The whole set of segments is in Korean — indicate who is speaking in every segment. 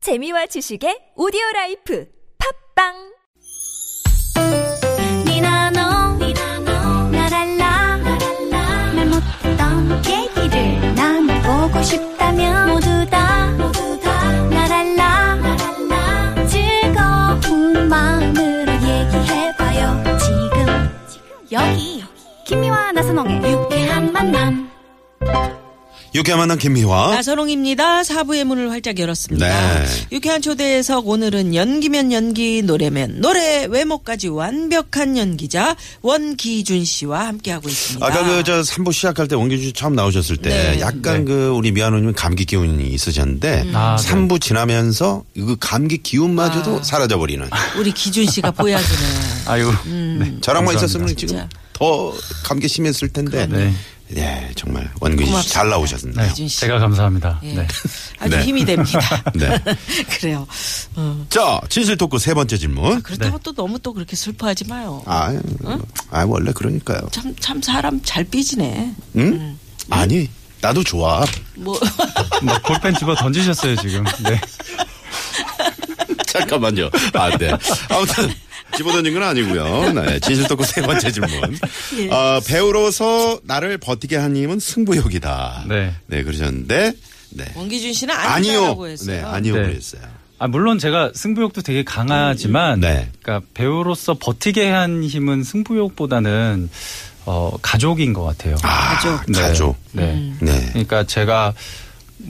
Speaker 1: 재미와 지식의 오디오 라이프 팝빵
Speaker 2: 니나노 나랄라 말 못했던 얘기를 나눠보고 싶다면 모두 다 나랄라 즐거운 마음으로 얘기해봐요 지금 여기 김미와 나선홍의 유쾌한 만남
Speaker 3: 유쾌한 만남 김미화.
Speaker 4: 나선홍입니다. 사부의 문을 활짝 열었습니다.
Speaker 3: 어? 네.
Speaker 4: 유쾌한 초대석 오늘은 연기면 연기, 노래면 노래, 외모까지 완벽한 연기자 원기준 씨와 함께하고 있습니다.
Speaker 3: 아까 그 저 3부 시작할 때 원기준 씨 처음 나오셨을 때
Speaker 4: 네.
Speaker 3: 약간 그 우리 미아노님 감기 기운이 있으셨는데
Speaker 5: 아, 네.
Speaker 3: 삼 3부 지나면서 그 감기 기운마저도 사라져 버리는.
Speaker 4: 우리 기준 씨가 보여주네.
Speaker 5: 아유.
Speaker 3: 저랑만
Speaker 5: 감사합니다.
Speaker 3: 있었으면 지금
Speaker 4: 진짜.
Speaker 3: 더 감기 심했을 텐데.
Speaker 5: 네.
Speaker 3: 예, 정말 원기준 씨 잘 나오셨네요.
Speaker 4: 기준 씨.
Speaker 5: 제가 감사합니다.
Speaker 4: 예.
Speaker 5: 네.
Speaker 4: 아주
Speaker 3: 네.
Speaker 4: 힘이 됩니다.
Speaker 3: 네.
Speaker 4: 그래요. 어,
Speaker 3: 자, 진실 토크 세 번째 질문.
Speaker 5: 네.
Speaker 4: 그렇다고 또 너무 또 그렇게 슬퍼하지 마요.
Speaker 3: 아, 아 원래 그러니까요.
Speaker 4: 참, 참 사람 잘 삐지네.
Speaker 3: 응? 아니, 나도 좋아.
Speaker 4: 뭐,
Speaker 5: 막 볼펜 집어 던지셨어요, 지금. 네.
Speaker 3: 잠깐만요. 아, 네. 아무튼 집어던진 건 아니고요. 네, 진실 덕후 세 번째 질문.
Speaker 4: 예.
Speaker 3: 어, 배우로서 나를 버티게 한 힘은 승부욕이다.
Speaker 5: 네.
Speaker 3: 그러셨는데 네.
Speaker 4: 원기준 씨는
Speaker 3: 아니요.
Speaker 4: 뭐, 아니라고 했어요.
Speaker 3: 네, 아니요.
Speaker 5: 네.
Speaker 3: 그랬어요.
Speaker 5: 아, 물론 제가 승부욕도 되게 강하지만
Speaker 3: 네.
Speaker 5: 그러니까 배우로서 버티게 한 힘은 승부욕보다는 어, 가족인 것 같아요.
Speaker 3: 아, 가족.
Speaker 5: 네.
Speaker 3: 가족.
Speaker 5: 네.
Speaker 4: 음.
Speaker 3: 네.
Speaker 5: 그러니까 제가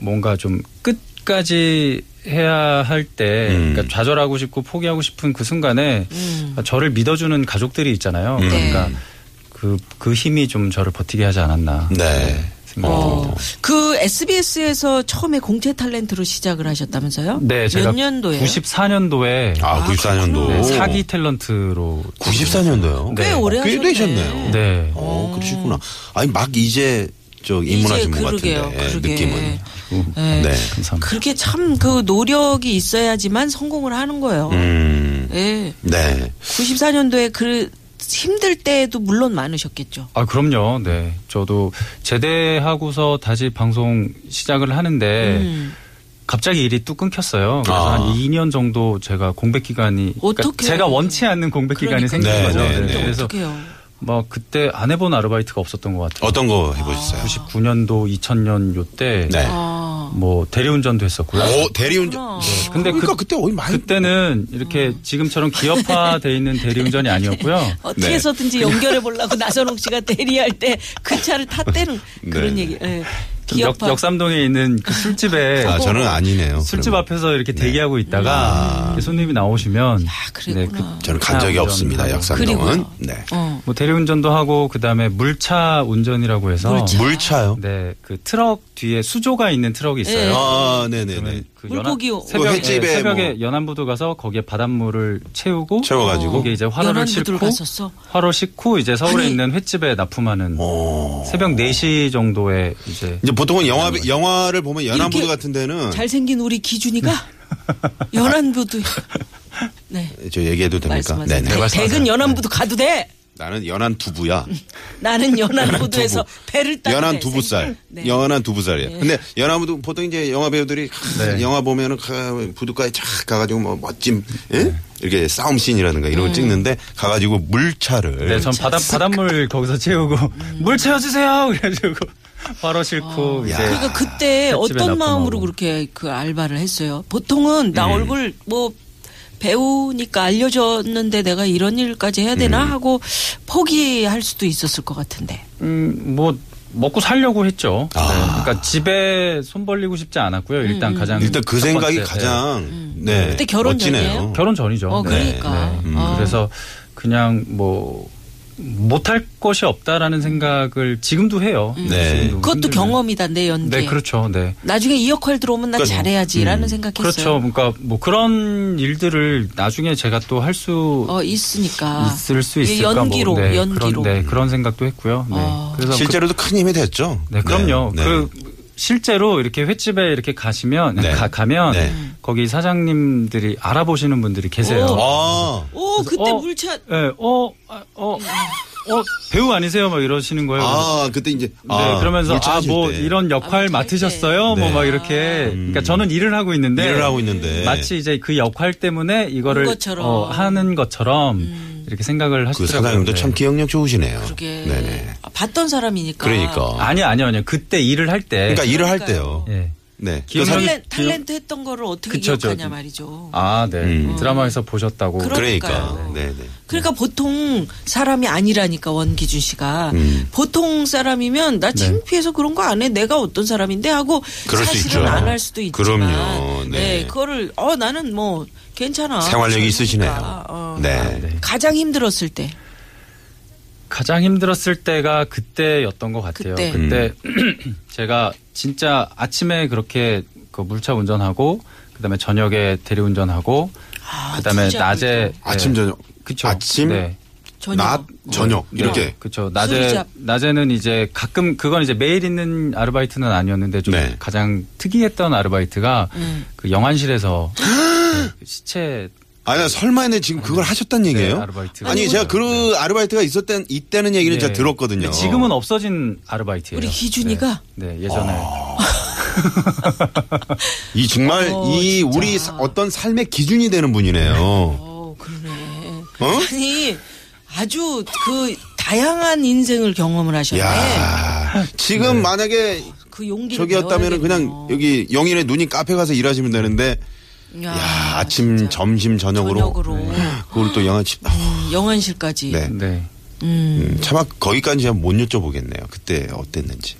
Speaker 5: 뭔가 좀 끝까지 해야 할 때
Speaker 3: 음.
Speaker 5: 그러니까 좌절하고 싶고 포기하고 싶은 그 순간에
Speaker 4: 음.
Speaker 5: 저를 믿어주는 가족들이 있잖아요.
Speaker 3: 음.
Speaker 5: 그러니까
Speaker 4: 네.
Speaker 5: 그, 그 힘이 좀 저를 버티게 하지 않았나.
Speaker 3: 네.
Speaker 4: 어.
Speaker 5: 생각이 듭니다.
Speaker 4: 그 SBS에서 처음에 공채 탤런트로 시작을 하셨다면서요?
Speaker 5: 네, 제가
Speaker 4: 몇 년도에?
Speaker 5: 94년도에
Speaker 3: 아, 94년도.
Speaker 5: 네, 사기 탤런트로
Speaker 3: 94년도요.
Speaker 4: 꽤 오래
Speaker 3: 꽤
Speaker 4: 하셨네.
Speaker 3: 되셨네요.
Speaker 5: 네.
Speaker 3: 어, 그러시구나. 아니, 막 이제 저 입문하신 분 같은데.
Speaker 4: 그러게요,
Speaker 3: 예,
Speaker 4: 그러게.
Speaker 3: 느낌은.
Speaker 4: 네.
Speaker 3: 네.
Speaker 5: 감사합니다.
Speaker 4: 그렇게 참 그 노력이 있어야지만 성공을 하는 거예요.
Speaker 3: 음.
Speaker 4: 예.
Speaker 3: 네.
Speaker 4: 94년도에 그 힘들 때도 물론 많으셨겠죠.
Speaker 5: 아 그럼요. 네. 저도 제대하고서 다시 방송 시작을 하는데
Speaker 4: 음.
Speaker 5: 갑자기 일이 뚝 끊겼어요. 그래서
Speaker 3: 아.
Speaker 5: 한 2년 정도 제가 공백 기간이 그러니까
Speaker 4: 어떻게
Speaker 5: 제가 원치 않는 공백 그 기간이 생긴
Speaker 3: 네,
Speaker 5: 거죠.
Speaker 3: 네,
Speaker 5: 네,
Speaker 3: 네.
Speaker 5: 그래서
Speaker 4: 어떡해요.
Speaker 5: 뭐 그때 안 해본 아르바이트가 없었던 것 같아요.
Speaker 3: 어떤 거 해보셨어요?
Speaker 5: 9년도 2000년 요때
Speaker 3: 네.
Speaker 4: 아.
Speaker 5: 뭐 대리운전도 했었고요.
Speaker 3: 오, 대리운전.
Speaker 4: 그렇구나.
Speaker 3: 네.
Speaker 5: 근데 그-
Speaker 3: 그러니까 그, 때 어이 많이
Speaker 5: 그때는
Speaker 4: 음.
Speaker 5: 이렇게 지금처럼 기업화돼 있는 대리운전이 아니었고요.
Speaker 4: 어떻게
Speaker 3: 네.
Speaker 4: 해서든지 연결해 보려고 나선홍 씨가 대리할 때 그 차를 탔대는 그런
Speaker 3: 네.
Speaker 4: 얘기. 예.
Speaker 5: 좀 역,
Speaker 4: 기억파.
Speaker 5: 역삼동에 있는 그 술집에
Speaker 3: 아, 저는 아니네요. 아.
Speaker 5: 술집
Speaker 3: 그러면.
Speaker 5: 앞에서 이렇게 대기하고 있다가 이렇게 손님이 나오시면
Speaker 4: 아, 그랬구나.
Speaker 3: 저는 간 적이
Speaker 5: 아,
Speaker 3: 없습니다.
Speaker 5: 네, 그럼.
Speaker 3: 역삼동은.
Speaker 4: 그리고요.
Speaker 3: 네.
Speaker 4: 어.
Speaker 5: 뭐 대리운전도 하고 그다음에 물차 운전이라고 해서
Speaker 4: 물차.
Speaker 3: 물차요?
Speaker 5: 네, 그 트럭 뒤에 수조가 있는 트럭이 있어요.
Speaker 3: 아, 네, 네, 네.
Speaker 5: 그러면 그
Speaker 4: 물고기 오-
Speaker 5: 새벽에,
Speaker 3: 그 횟집에
Speaker 5: 네, 새벽에
Speaker 3: 뭐.
Speaker 5: 연안부두 가서 거기에 바닷물을 채우고
Speaker 3: 채워 가지고
Speaker 5: 거기에 이제 화로를
Speaker 4: 연안부두를
Speaker 5: 싣고
Speaker 4: 갔었어?
Speaker 5: 화로 싣고 이제 서울에
Speaker 4: 아니.
Speaker 5: 있는 횟집에 납품하는
Speaker 3: 어.
Speaker 5: 새벽 4시 정도에 이제
Speaker 3: 이제 보통은 영화 영화를 보면 연안부두
Speaker 4: 이렇게
Speaker 3: 같은 데는
Speaker 4: 잘생긴 우리 기준이가
Speaker 5: 네.
Speaker 4: 연안부도 네
Speaker 3: 저 얘기해도 됩니까? 네,
Speaker 4: 말씀하세요. 네. 대- 대근 연안부도 가도 돼.
Speaker 3: 나는 연안 두부야.
Speaker 4: 나는 연안부도에서 배를 음, 따.
Speaker 3: 연안 두부살.
Speaker 4: 네.
Speaker 3: 연안 두부살이야. 근데 연안부두 보통 이제 영화 배우들이 하,
Speaker 5: 네.
Speaker 3: 영화 보면은 하, 부두가에 쫙 가가지고 뭐 멋짐 예?
Speaker 5: 네.
Speaker 3: 이렇게 싸움 씬이라든가
Speaker 4: 음.
Speaker 3: 이런 걸 찍는데 가가지고 물차를
Speaker 5: 네, 전 바닷 바닷물 거기서 채우고
Speaker 4: 음.
Speaker 5: 물 채워주세요. 그래가지고 바로 싣고 이제
Speaker 3: 야.
Speaker 4: 그러니까 그때
Speaker 5: 횟집에
Speaker 4: 어떤
Speaker 5: 납품하고.
Speaker 4: 마음으로 그렇게 그 알바를 했어요. 보통은 나 얼굴 뭐 배우니까 알려줬는데 내가 이런 일까지 해야 되나 하고 포기할 수도 있었을 것 같은데.
Speaker 5: 음뭐 먹고 살려고 했죠.
Speaker 3: 아.
Speaker 5: 네, 그러니까 집에 손 벌리고 싶지 않았고요. 일단
Speaker 4: 음,
Speaker 5: 가장
Speaker 3: 일단 그
Speaker 5: 첫
Speaker 3: 생각이
Speaker 5: 번째,
Speaker 3: 가장 네.
Speaker 4: 그때 결혼
Speaker 3: 멋지네요.
Speaker 5: 네.
Speaker 4: 전이에요?
Speaker 5: 결혼 전이죠.
Speaker 4: 어,
Speaker 5: 네.
Speaker 4: 그러니까.
Speaker 5: 네.
Speaker 4: 음. 아.
Speaker 5: 그래서 그냥 뭐 못할 것이 없다라는 생각을 지금도 해요.
Speaker 3: 네.
Speaker 5: 지금도
Speaker 4: 음. 그것도
Speaker 5: 힘들면.
Speaker 4: 경험이다 내 연기.
Speaker 5: 네, 그렇죠. 네.
Speaker 4: 나중에 이 역할 들어오면 나
Speaker 3: 그러니까,
Speaker 4: 잘해야지라는 생각했어요.
Speaker 5: 그렇죠. 그러니까 뭐 그런 일들을 나중에 제가 또 할 수
Speaker 4: 어 있으니까
Speaker 5: 있을 수
Speaker 4: 이게
Speaker 5: 있을까
Speaker 4: 연기로
Speaker 5: 뭐, 네,
Speaker 4: 연기로
Speaker 5: 그런, 네, 그런 생각도 했고요. 네.
Speaker 4: 아.
Speaker 5: 그래서
Speaker 3: 실제로도 큰 힘이 됐죠.
Speaker 5: 그, 네, 그럼요.
Speaker 3: 네, 네.
Speaker 5: 그 실제로 이렇게 횟집에 이렇게 가시면
Speaker 3: 네.
Speaker 5: 가, 가면
Speaker 3: 네.
Speaker 4: 음.
Speaker 5: 거기 사장님들이 알아보시는 분들이 계세요.
Speaker 4: 오.
Speaker 3: 아,
Speaker 4: 오 그때
Speaker 5: 어.
Speaker 4: 물차
Speaker 5: 네, 어, 아, 어, 어 배우 아니세요? 막 이러시는 거예요.
Speaker 3: 아, 그때 이제.
Speaker 5: 네, 그러면서
Speaker 3: 물
Speaker 5: 아
Speaker 3: 찾으실
Speaker 5: 뭐
Speaker 3: 때.
Speaker 5: 이런 역할
Speaker 4: 아, 뭐
Speaker 5: 맡으셨어요?
Speaker 3: 네.
Speaker 5: 뭐 막 이렇게. 그러니까 저는 일을 하고 있는데
Speaker 3: 일을 하고 있는데.
Speaker 5: 마치 이제 그 역할 때문에 이거를
Speaker 4: 본 것처럼. 음.
Speaker 5: 어, 하는 것처럼 이렇게 생각을
Speaker 3: 그
Speaker 5: 하시더라고요.
Speaker 3: 사장님도
Speaker 5: 네.
Speaker 3: 참 기억력 좋으시네요.
Speaker 4: 그게
Speaker 3: 네네.
Speaker 4: 아, 봤던 사람이니까.
Speaker 3: 그러니까.
Speaker 5: 네. 아니요, 아니요, 아니요. 그때 일을 할 때.
Speaker 3: 그러니까 일을 할
Speaker 4: 그러니까요.
Speaker 3: 때요.
Speaker 5: 예.
Speaker 3: 네. 그
Speaker 5: 기억력-
Speaker 3: 사람-
Speaker 5: 그-
Speaker 4: 탈렌, 탤런트 했던 거를 어떻게
Speaker 5: 그쵸, 저-
Speaker 4: 기억하냐 말이죠.
Speaker 5: 아, 네.
Speaker 3: 음.
Speaker 5: 드라마에서 보셨다고.
Speaker 4: 그럼-
Speaker 3: 그러니까.
Speaker 4: 그러니까요.
Speaker 3: 네네.
Speaker 4: 그러니까 보통 사람이 아니라니까 원기준 씨가
Speaker 3: 음. 네.
Speaker 4: 보통 사람이면 나 창피해서 그런 거 안 해 내가 어떤 사람인데 하고
Speaker 3: 그럴 수
Speaker 4: 사실은
Speaker 3: 있죠.
Speaker 4: 안 할 수도 있지만
Speaker 3: 그럼요. 네.
Speaker 4: 네. 그거를 어 나는 뭐 괜찮아
Speaker 3: 생활력이
Speaker 4: 그러니까,
Speaker 3: 있으시네요.
Speaker 4: 어.
Speaker 3: 네.
Speaker 5: 네.
Speaker 4: 가장 힘들었을 때
Speaker 5: 가장 힘들었을 때가 그때였던 것 같아요.
Speaker 4: 그때.
Speaker 5: 그때,
Speaker 3: 음.
Speaker 5: 제가 진짜 아침에 그렇게 그 물차 운전하고 그다음에 저녁에 대리운전하고
Speaker 4: 아,
Speaker 5: 그다음에
Speaker 4: 진짜
Speaker 5: 낮에 네.
Speaker 3: 아침,
Speaker 4: 힘들죠.
Speaker 3: 저녁.
Speaker 5: 그쵸
Speaker 3: 아침,
Speaker 5: 네.
Speaker 4: 저녁
Speaker 3: 낮, 저녁. 이렇게.
Speaker 5: 그렇죠.
Speaker 4: 술이
Speaker 5: 낮에
Speaker 4: 잡-
Speaker 5: 낮에는 이제 가끔 그건 이제 매일 있는 아르바이트는 아니었는데 좀
Speaker 3: 네.
Speaker 5: 가장 특이했던 아르바이트가
Speaker 4: 음.
Speaker 5: 그 영안실에서 네, 시체
Speaker 3: 아니, 설마에 지금 그걸 하셨단 얘기예요?
Speaker 5: 네, 아르바이트가
Speaker 3: 아니,
Speaker 4: 뭐
Speaker 3: 제가 그 아르바이트가 있었던, 있다는 얘기는
Speaker 5: 네.
Speaker 3: 제가 들었거든요.
Speaker 5: 근데 지금은 없어진 아르바이트예요.
Speaker 4: 우리 기준이가?
Speaker 5: 네, 네, 예전에
Speaker 3: 아. 이 정말,
Speaker 4: 어,
Speaker 3: 이
Speaker 4: 진짜.
Speaker 3: 우리 사- 어떤 삶의 기준이 되는 분이네요. 어?
Speaker 4: 어 그러네 아니 아주 그 다양한 인생을 경험을 하셨네 네.
Speaker 3: 야 지금 만약에
Speaker 4: 그 용기를
Speaker 3: 저기였다면
Speaker 4: 어.
Speaker 3: 그냥 여기 영인의 눈이 카페 가서 일하시면 되는데
Speaker 4: 야,
Speaker 3: 야 아침
Speaker 4: 진짜.
Speaker 3: 점심 저녁으로,
Speaker 4: 저녁으로.
Speaker 3: 그걸 또 양아치
Speaker 4: 음, 영안실까지
Speaker 3: 네.
Speaker 5: 네.
Speaker 4: 음.
Speaker 3: 음, 차마 거기까지 못 여쭤보겠네요 그때 어땠는지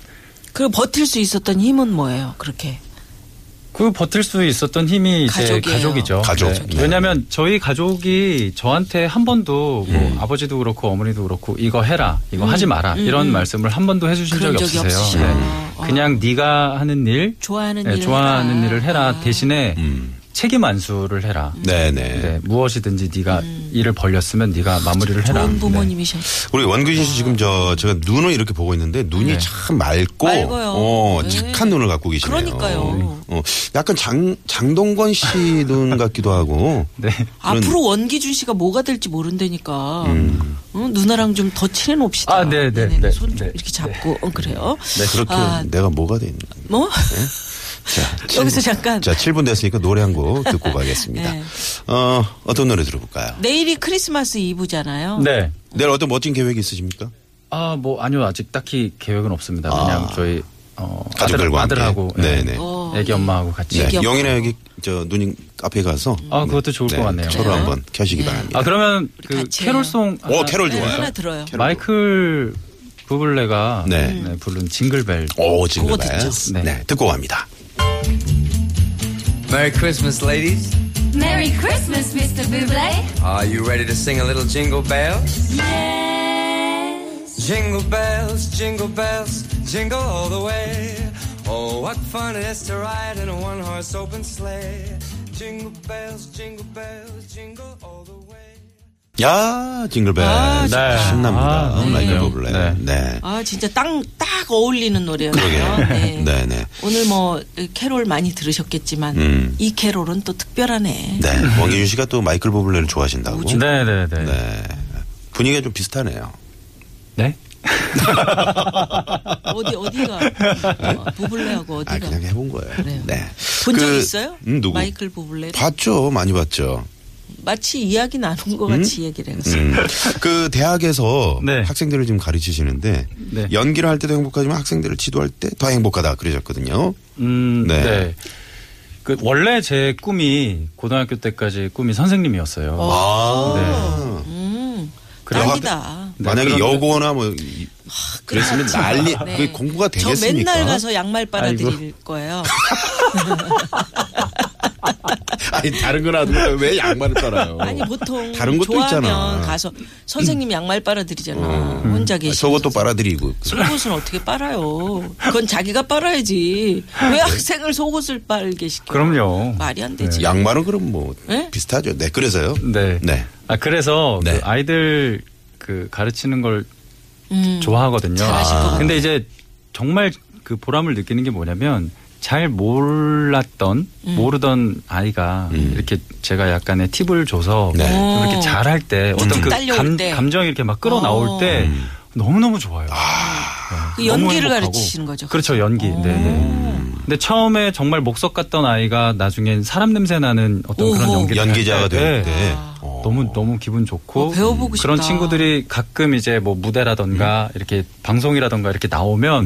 Speaker 4: 그리고 버틸 수 있었던 힘은 뭐예요? 그렇게
Speaker 5: 그 버틸 수 있었던 힘이 이제
Speaker 4: 가족이에요.
Speaker 5: 가족이죠.
Speaker 3: 가족. 네.
Speaker 5: 왜냐하면 저희 가족이 저한테 한 번도 뭐
Speaker 3: 음.
Speaker 5: 아버지도 그렇고 어머니도 그렇고 이거 해라, 이거 하지 마라 이런 말씀을 한 번도 해주신
Speaker 4: 음. 그런
Speaker 5: 적이
Speaker 4: 적이
Speaker 5: 없으세요. 예.
Speaker 4: 없으셔. 어.
Speaker 5: 그냥 네가 하는 일,
Speaker 4: 좋아하는
Speaker 5: 네,
Speaker 4: 일을
Speaker 5: 좋아하는
Speaker 4: 해라.
Speaker 5: 일을 해라
Speaker 4: 아. 음.
Speaker 5: 대신에
Speaker 3: 음.
Speaker 5: 책임 안수를 해라.
Speaker 3: 네네
Speaker 5: 네, 무엇이든지 네가 일을 벌렸으면 네가 마무리를 해라.
Speaker 4: 아, 좋은
Speaker 5: 네.
Speaker 4: 부모님이셨어요.
Speaker 3: 우리 원규진 씨 지금 저 제가 눈을 이렇게 보고 있는데 눈이 참 맑고
Speaker 4: 네. 맑아요.
Speaker 3: 어,
Speaker 4: 네.
Speaker 3: 착한 눈을 갖고 계시네요
Speaker 4: 그러니까요.
Speaker 3: 어, 약간 장 장동건 씨 눈 같기도 하고
Speaker 5: 네.
Speaker 4: 앞으로 원기준 씨가 뭐가 될지 모른다니까.
Speaker 3: 음.
Speaker 4: 응? 누나랑 좀 더 친해 놉시다.
Speaker 5: 아, 네, 네,
Speaker 4: 네네,
Speaker 5: 네,
Speaker 4: 손좀
Speaker 5: 네.
Speaker 4: 이렇게 잡고 어, 그래요.
Speaker 3: 네, 그렇게
Speaker 4: 아,
Speaker 3: 내가 뭐가 되는
Speaker 4: 뭐?
Speaker 3: 자, 칠-
Speaker 4: 여기서 잠깐.
Speaker 3: 자, 7분 됐으니까 노래 한 곡 듣고 가겠습니다.
Speaker 4: 네.
Speaker 3: 어, 어떤 노래 들어볼까요?
Speaker 4: 내일이 크리스마스 이브잖아요.
Speaker 5: 네.
Speaker 3: 내일 어떤 멋진 계획이 있으십니까?
Speaker 5: 아, 뭐 아니요 아직 딱히 계획은 없습니다. 그냥 저희 어,
Speaker 3: 아. 가족들과
Speaker 5: 아들,
Speaker 3: 함께.
Speaker 5: 아들하고 네.
Speaker 3: 네네.
Speaker 4: 어,
Speaker 5: 애기 엄마하고 같이.
Speaker 3: 네,
Speaker 4: 얘기 없고.
Speaker 3: 영인의 여기 저 누님 카페 가서
Speaker 5: 아, 그것도 좋을 것 같네요.
Speaker 3: 서로
Speaker 4: 그래요?
Speaker 3: 한번 켜시기 바랍니다.
Speaker 5: 아 그러면 그
Speaker 4: 같이 해요.
Speaker 5: 캐롤송
Speaker 3: 오, 어, 캐롤
Speaker 4: 네,
Speaker 3: 좋아요.
Speaker 4: 하나 들어요.
Speaker 3: 캐롤.
Speaker 5: 마이클 부블레가
Speaker 3: 네.
Speaker 5: 네. 부른 징글벨.
Speaker 3: 오, 지금
Speaker 4: 그거
Speaker 3: 봐요.
Speaker 4: 듣죠.
Speaker 5: 네.
Speaker 3: 네, 듣고 갑니다.
Speaker 6: Merry Christmas, ladies.
Speaker 2: Merry Christmas, Mr. Buble.
Speaker 6: Are you ready to sing a little jingle bells?
Speaker 2: Yes.
Speaker 6: Jingle bells, jingle bells, jingle all the way. Oh, what fun it is to ride in a one horse open sleigh. Jingle bells, jingle bells, jingle all the way.
Speaker 3: 야, 징글벨.
Speaker 4: 아, 좋다.
Speaker 3: 신납니다. 어,
Speaker 5: 아, 네.
Speaker 3: 마이클 버블레.
Speaker 5: 네.
Speaker 3: 네.
Speaker 4: 아 진짜 딱 딱 어울리는 노래였네요.
Speaker 3: 그러게요. 네, 네.
Speaker 4: 오늘 뭐 캐롤 많이 들으셨겠지만
Speaker 3: 음.
Speaker 4: 이 캐롤은 또 특별하네.
Speaker 3: 네. 원기준 씨가 또 마이클 버블레를 좋아하신다고.
Speaker 5: 네네네. 네. 네.
Speaker 3: 네. 분위기가 좀 비슷하네요.
Speaker 5: 네?
Speaker 4: 어디 어디가 어, 부블레하고
Speaker 3: 아,
Speaker 4: 어디가
Speaker 3: 그냥 해본 거예요.
Speaker 4: 그래요.
Speaker 3: 네.
Speaker 4: 본 적
Speaker 3: 그,
Speaker 4: 있어요?
Speaker 3: 음, 누구?
Speaker 4: 마이클 부블레
Speaker 3: 봤죠. 많이 봤죠.
Speaker 4: 마치 이야기 나눈 것 같이 얘기를 했어요.
Speaker 3: 음. 그 대학에서
Speaker 5: 네.
Speaker 3: 학생들을 지금 가르치시는데
Speaker 5: 네.
Speaker 3: 연기를 할 때도 행복하지만 학생들을 지도할 때 더 행복하다 그러셨거든요.
Speaker 5: 음,
Speaker 3: 네.
Speaker 5: 네. 그 원래 제 꿈이 고등학교 때까지 꿈이 선생님이었어요.
Speaker 3: 아.
Speaker 4: 음,
Speaker 3: 그래요?
Speaker 4: 난리다.
Speaker 5: 네,
Speaker 3: 만약에
Speaker 5: 그런데-
Speaker 3: 여고나 뭐 이- 그랬으면 난리 그게 공부가
Speaker 4: 네. 저
Speaker 3: 되겠습니까?
Speaker 4: 맨날 가서 양말 빨아드릴
Speaker 5: 아이고.
Speaker 4: 거예요.
Speaker 3: 아니 다른 건 하더라도 왜 양말을 빨아요?
Speaker 4: 아니 보통
Speaker 3: 다른 것도
Speaker 4: 좋아하면
Speaker 3: 있잖아. 음.
Speaker 4: 가서 선생님 양말 빨아드리잖아. 혼자 계시.
Speaker 3: 속옷도 빨아들이고
Speaker 4: 속옷은 어떻게 빨아요? 그건 자기가 빨아야지. 왜 학생을 속옷을 빨게 시켜?
Speaker 5: 네. 그럼요.
Speaker 4: 말이 안 되지.
Speaker 3: 양말은 그럼 뭐
Speaker 4: 네?
Speaker 3: 비슷하죠. 네 그래서요.
Speaker 5: 네.
Speaker 3: 네.
Speaker 5: 아 그래서
Speaker 3: 네.
Speaker 5: 그 아이들 그 가르치는 걸
Speaker 4: 음.
Speaker 5: 좋아하거든요.
Speaker 4: 잘하실 것 같아요.
Speaker 5: 근데 이제 정말 그 보람을 느끼는 게 뭐냐면 잘 몰랐던
Speaker 4: 음.
Speaker 5: 모르던 아이가 이렇게 제가 약간의 팁을 줘서
Speaker 3: 음. 네.
Speaker 5: 좀 이렇게 잘할 때 어떤 그
Speaker 4: 음. 딸려올
Speaker 5: 감,
Speaker 4: 때.
Speaker 5: 감정이 이렇게 막 끌어 나올 때
Speaker 3: 음.
Speaker 5: 너무 너무 좋아요.
Speaker 4: 그
Speaker 5: 네, 너무
Speaker 4: 연기를
Speaker 5: 행복하고.
Speaker 4: 가르치시는 거죠.
Speaker 5: 그렇죠 연기. 네, 네. 근데 처음에 정말 목석 같던 아이가 나중엔 사람 냄새 나는 어떤 그런
Speaker 4: 오호.
Speaker 5: 연기를
Speaker 3: 연기자가
Speaker 5: 할 때,
Speaker 3: 될 때.
Speaker 5: 네.
Speaker 3: 어.
Speaker 5: 너무 너무 기분 좋고
Speaker 4: 어, 배워보고
Speaker 5: 그런
Speaker 4: 싶다.
Speaker 5: 친구들이 가끔 이제 뭐 무대라던가 이렇게 방송이라던가 이렇게 나오면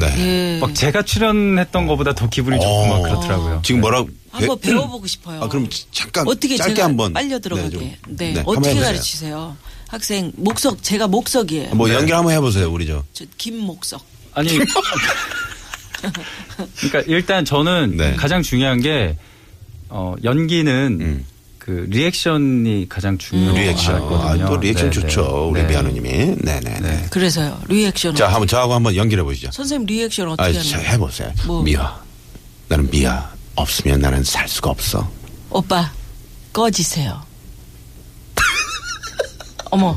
Speaker 3: 음. 네.
Speaker 4: 예.
Speaker 5: 막 제가 출연했던 것보다 더 기분이 좋고 막
Speaker 3: 어.
Speaker 5: 그렇더라고요.
Speaker 3: 지금 뭐라고?
Speaker 4: 한번
Speaker 5: 네.
Speaker 3: 배-
Speaker 4: 배워보고 싶어요.
Speaker 3: 아, 그럼 잠깐
Speaker 4: 어떻게
Speaker 3: 짧게
Speaker 4: 제가
Speaker 3: 한번
Speaker 4: 빨려
Speaker 3: 네,
Speaker 4: 들어가게.
Speaker 3: 좀.
Speaker 4: 네,
Speaker 3: 네, 한번
Speaker 4: 어떻게
Speaker 3: 해보세요.
Speaker 4: 가르치세요? 학생 목석 제가 목석이에요.
Speaker 5: 네.
Speaker 3: 뭐 연기 한번 해보세요, 우리 저.
Speaker 4: 저 김목석.
Speaker 5: 아니 그러니까 일단 저는
Speaker 3: 네.
Speaker 5: 가장 중요한 게 어, 연기는
Speaker 3: 음.
Speaker 5: 그 리액션이 가장 중요하거든요.
Speaker 3: 리액션. 아, 또 리액션
Speaker 5: 네,
Speaker 3: 좋죠.
Speaker 5: 네.
Speaker 3: 우리
Speaker 5: 네.
Speaker 3: 미아노님이. 네네네.
Speaker 4: 그래서요. 리액션.
Speaker 3: 자, 한번 저하고 한번 연기를 해보시죠.
Speaker 4: 선생님 리액션 어떻게
Speaker 3: 아,
Speaker 4: 하는
Speaker 3: 자,
Speaker 4: 거예요?
Speaker 3: 해보세요.
Speaker 4: 뭐.
Speaker 3: 미아. 나는 미아. 없으면 나는 살 수가 없어.
Speaker 4: 오빠 꺼지세요. 어머.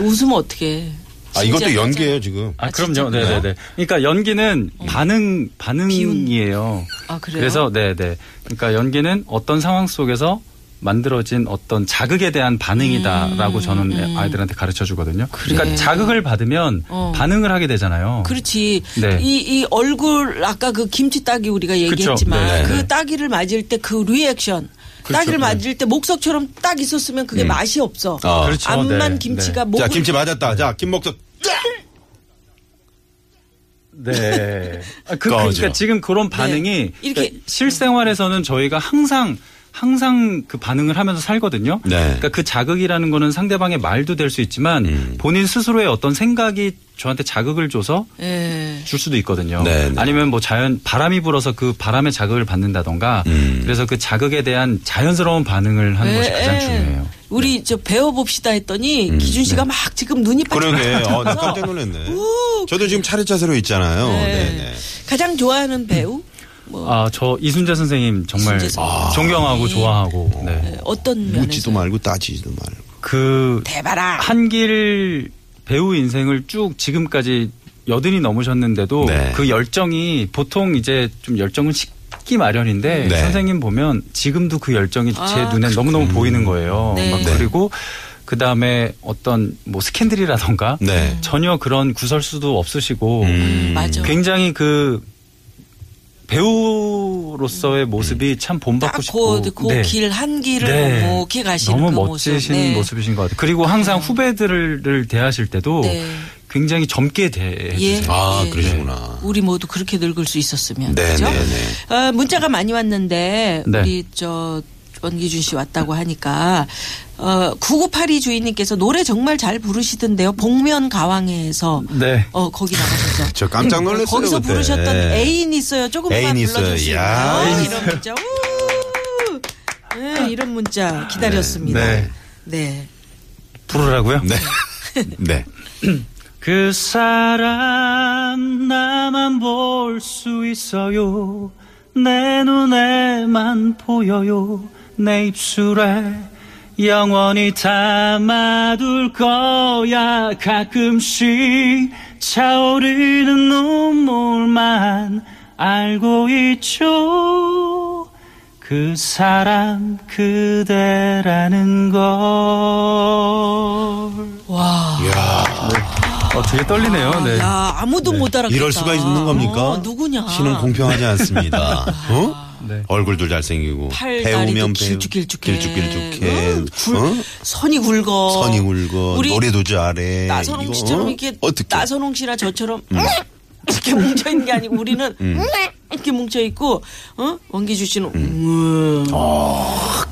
Speaker 4: 웃으면 어떻게?
Speaker 3: 아, 이것도 연기예요, 지금.
Speaker 5: 아,
Speaker 4: 아,
Speaker 5: 그럼요.
Speaker 4: 진짜? 음.
Speaker 5: 네네네. 그러니까 연기는 반응, 반응이에요.
Speaker 4: 아, 그래요?
Speaker 5: 그래서, 네네. 그러니까 연기는 어떤 상황 속에서 만들어진 어떤 자극에 대한 반응이다라고
Speaker 4: 음,
Speaker 5: 저는 아이들한테 가르쳐 주거든요. 그러니까 자극을 받으면
Speaker 4: 어.
Speaker 5: 반응을 하게 되잖아요.
Speaker 4: 그렇지.
Speaker 5: 네.
Speaker 4: 이, 이 얼굴, 아까 그 김치 따기 우리가 얘기했지만
Speaker 5: 네, 그렇죠. 네,
Speaker 4: 그
Speaker 5: 네.
Speaker 4: 따기를 맞을 때 그 리액션. 따기를 맞을 때 목석처럼 딱 있었으면 그게 맛이 없어.
Speaker 3: 아.
Speaker 5: 음. 그렇죠.
Speaker 4: 암만
Speaker 5: 네,
Speaker 4: 김치가
Speaker 3: 자,
Speaker 4: 목을
Speaker 3: 김치 맞았다. 자, 김목도.
Speaker 5: 네. 아, 그,
Speaker 3: 꺼져.
Speaker 5: 그러니까 지금 그런 반응이
Speaker 4: 네. 이렇게-
Speaker 5: 그러니까 실생활에서는 저희가 항상 항상 그 반응을 하면서 살거든요.
Speaker 3: 네.
Speaker 5: 그러니까 그 자극이라는 거는 상대방의 말도 될 수 있지만
Speaker 3: 음.
Speaker 5: 본인 스스로의 어떤 생각이 저한테 자극을 줘서
Speaker 4: 예.
Speaker 5: 줄 수도 있거든요.
Speaker 3: 네, 네.
Speaker 5: 아니면 뭐 자연 바람이 불어서 그 바람의 자극을 받는다던가
Speaker 3: 음.
Speaker 5: 그래서 그 자극에 대한 자연스러운 반응을 하는 것이
Speaker 4: 예,
Speaker 5: 가장
Speaker 4: 예.
Speaker 5: 중요해요. 네. 음,
Speaker 4: 우리 저 배워봅시다 했더니 기준 씨가 막 지금 눈이
Speaker 3: 그러게. 어, 나
Speaker 4: 반짝반짝
Speaker 3: 깜짝 놀랐네. 저도 지금 차례차 새로 있잖아요.
Speaker 4: 네.
Speaker 3: 네네.
Speaker 4: 가장 좋아하는 배우? 뭐
Speaker 5: 아, 저 이순재 선생님 정말
Speaker 4: 이순재 선생님.
Speaker 5: 존경하고 좋아하고 네.
Speaker 4: 예, 어떤 면에서
Speaker 3: 묻지도 말고 따지지도 말고.
Speaker 5: 그
Speaker 4: 대봐라.
Speaker 5: 한길 배우 인생을 쭉 지금까지 여든이 넘으셨는데도
Speaker 3: 네.
Speaker 5: 그 열정이 보통 이제 좀 열정은 식기 마련인데
Speaker 3: 네.
Speaker 5: 선생님 보면 지금도 그 열정이 제
Speaker 4: 아,
Speaker 5: 눈에 너무너무 보이는 거예요.
Speaker 4: 네.
Speaker 5: 막
Speaker 4: 네.
Speaker 5: 그리고 그 다음에 어떤 뭐 스캔들이라던가
Speaker 3: 네.
Speaker 5: 전혀 그런 구설수도 없으시고
Speaker 3: 음.
Speaker 4: 맞아.
Speaker 5: 굉장히 그 배우로서의 모습이 참 본받고 싶고 네.
Speaker 4: 딱그길한 길을
Speaker 5: 네.
Speaker 4: 묵묵히 가시는
Speaker 5: 너무
Speaker 4: 그
Speaker 5: 멋지신
Speaker 4: 모습. 네. 음.
Speaker 5: 모습. 이신것 같아요. 그리고 항상 후배들을 대하실 때도
Speaker 4: 네.
Speaker 5: 굉장히 젊게 대해
Speaker 4: 예.
Speaker 5: 주세요.
Speaker 3: 아,
Speaker 4: 예.
Speaker 3: 그러시구나.
Speaker 4: 우리 모두 그렇게 늙을 수 있었으면
Speaker 3: 네,
Speaker 4: 그죠?
Speaker 3: 네, 네.
Speaker 4: 아, 문자가 많이 왔는데
Speaker 5: 네.
Speaker 4: 우리 저 원기준 씨 왔다고 하니까 어, 9982 주인님께서 노래 정말 잘 부르시던데요. 복면 가왕에서
Speaker 5: 네.
Speaker 4: 어 거기 나가셔서
Speaker 3: 저 깜짝 놀랐어요.
Speaker 4: 거기서
Speaker 3: 그때.
Speaker 4: 부르셨던 애인 있어요. 조금만
Speaker 3: 네. 애인 있어요.
Speaker 4: 불러줄 수
Speaker 3: 야.
Speaker 4: 있나요?
Speaker 3: 애인
Speaker 4: 이런 문자. 우! 네, 이런 문자 기다렸습니다.
Speaker 5: 네.
Speaker 4: 네.
Speaker 5: 부르라고요?
Speaker 3: 네. 네.
Speaker 5: 그 사람 나만 볼 수 있어요. 내 눈에만 보여요. 내 입술에 영원히 담아둘 거야. 가끔씩 차오르는 눈물만 알고 있죠. 그 사람 그대라는 걸.
Speaker 4: 와.
Speaker 3: 야
Speaker 5: 어, 되게 떨리네요. 네.
Speaker 4: 야, 아무도 못 알아듣겠다.
Speaker 3: 이럴 수가 있는 겁니까?
Speaker 4: 어, 누구냐? 아.
Speaker 3: 신은 공평하지 않습니다. 어?
Speaker 5: 네.
Speaker 3: 얼굴도 잘생기고.
Speaker 4: 팔
Speaker 3: 배우면
Speaker 4: 다리도
Speaker 3: 배우.
Speaker 4: 길쭉길쭉해.
Speaker 3: 길쭉길쭉해.
Speaker 4: 어? 굴-
Speaker 3: 어?
Speaker 4: 선이 굴거.
Speaker 3: 선이 울고
Speaker 4: 우리
Speaker 3: 노래도 잘해.
Speaker 4: 나선홍
Speaker 3: 이거,
Speaker 4: 씨처럼
Speaker 3: 어?
Speaker 4: 이렇게
Speaker 3: 어떻게? 음.
Speaker 4: 나선홍 씨나 저처럼 음! 이렇게 뭉쳐 있는 게 아니고 우리는 음! 이렇게 뭉쳐 있고 어? 원기주 씨는 음.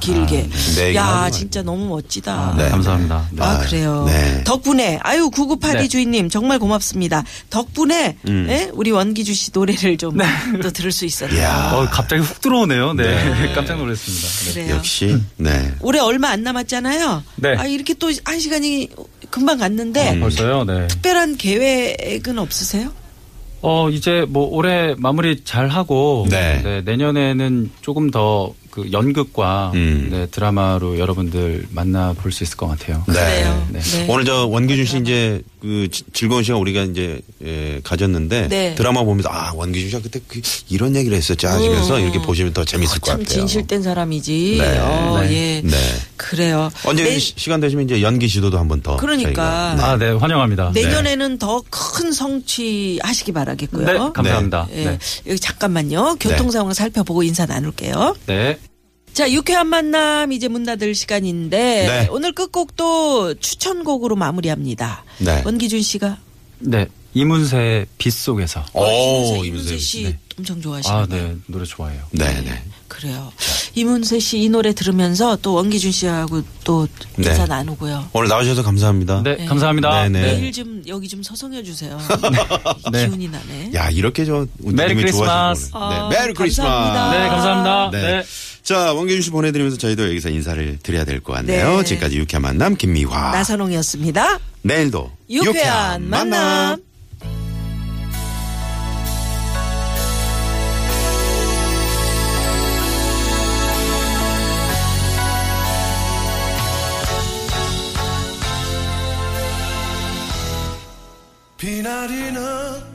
Speaker 4: 길게.
Speaker 3: 아. 네, 이거 하는
Speaker 4: 야,
Speaker 3: 거
Speaker 4: 진짜 너무 멋지다.
Speaker 3: 네.
Speaker 5: 감사합니다. 네.
Speaker 4: 아, 그래요.
Speaker 3: 네.
Speaker 4: 덕분에 아유 9982
Speaker 5: 네.
Speaker 4: 주인님 정말 고맙습니다. 덕분에 예? 우리 원기주 씨 노래를 좀 또 들을 수 있었네요.
Speaker 3: 음. 야
Speaker 5: 어, 갑자기 훅 들어오네요. 네. 깜짝 놀랐습니다.
Speaker 4: 그래요. 음.
Speaker 3: 역시 네.
Speaker 4: 올해 얼마 안 남았잖아요.
Speaker 5: 네.
Speaker 4: 아 이렇게 또 한 시간이 금방 갔는데
Speaker 5: 네. 벌써요? 네.
Speaker 4: 특별한 계획은 없으세요?
Speaker 5: 어, 이제 뭐 올해 마무리 잘 하고
Speaker 3: 네.
Speaker 5: 내년에는 조금 더 그 연극과
Speaker 7: 음.
Speaker 5: 네, 드라마로 여러분들 만나 볼 수 있을 것 같아요.
Speaker 4: 그래요.
Speaker 5: 네.
Speaker 4: 네.
Speaker 3: 오늘 저 원기준 씨 이제 그 지- 즐거운 시간 우리가 이제 예, 가졌는데
Speaker 4: 네.
Speaker 3: 드라마 보면서 아 원기준 씨가 그때 그 이런 얘기를 했었지 하시면서
Speaker 4: 음.
Speaker 3: 이렇게 보시면 더 재밌을
Speaker 4: 어,
Speaker 3: 것
Speaker 4: 참
Speaker 3: 같아요.
Speaker 4: 진실된 사람이지.
Speaker 3: 네.
Speaker 4: 어,
Speaker 5: 네.
Speaker 4: 예.
Speaker 3: 네.
Speaker 4: 그래요.
Speaker 3: 언제
Speaker 4: 내-
Speaker 3: 시- 시간 되시면 이제 연기 지도도 한번 더.
Speaker 4: 네. 그러니까.
Speaker 3: 저희가.
Speaker 5: 아, 네, 환영합니다. 네,
Speaker 4: 내년에는 더 큰 성취 하시기 바라겠고요.
Speaker 5: 감사합니다.
Speaker 4: 예.
Speaker 5: 네.
Speaker 4: 여기 잠깐만요. 교통
Speaker 3: 네.
Speaker 4: 상황 살펴보고 인사 나눌게요.
Speaker 5: 네.
Speaker 4: 자, 유쾌한 만남 이제 문 닫을 시간인데
Speaker 3: 네.
Speaker 4: 오늘 끝곡도 추천곡으로 마무리합니다.
Speaker 3: 네.
Speaker 4: 원기준 씨가
Speaker 5: 네. 이문세의 빛 속에서.
Speaker 3: 오,
Speaker 4: 이문세 어, 씨
Speaker 3: 네.
Speaker 4: 엄청 좋아하시나요?
Speaker 5: 아, 네. 노래 좋아해요.
Speaker 3: 네, 네.
Speaker 4: 그래요. 이문세 씨 이 노래 들으면서 또 원기준 씨하고 또
Speaker 3: 네.
Speaker 4: 인사 나누고요.
Speaker 3: 오늘 나오셔서 감사합니다.
Speaker 5: 네, 감사합니다.
Speaker 3: 네, 네.
Speaker 4: 내일 좀 여기 좀 서성여 주세요.
Speaker 5: 네.
Speaker 4: 기운이 나네.
Speaker 3: 야, 이렇게 저
Speaker 5: 메리
Speaker 3: 운동님이
Speaker 5: 크리스마스.
Speaker 3: 좋아하시는 거는.
Speaker 4: 아,
Speaker 3: 네. 메리 크리스마스.
Speaker 4: 감사합니다.
Speaker 5: 네, 감사합니다.
Speaker 7: 네.
Speaker 5: 네.
Speaker 7: 자, 원기준 씨 보내드리면서 저희도 여기서 인사를 드려야 될 것 같네요.
Speaker 4: 네.
Speaker 7: 지금까지 유쾌한 만남 김미화.
Speaker 4: 나선홍이었습니다.
Speaker 7: 내일도
Speaker 4: 유쾌한, 만남.
Speaker 6: 비나리는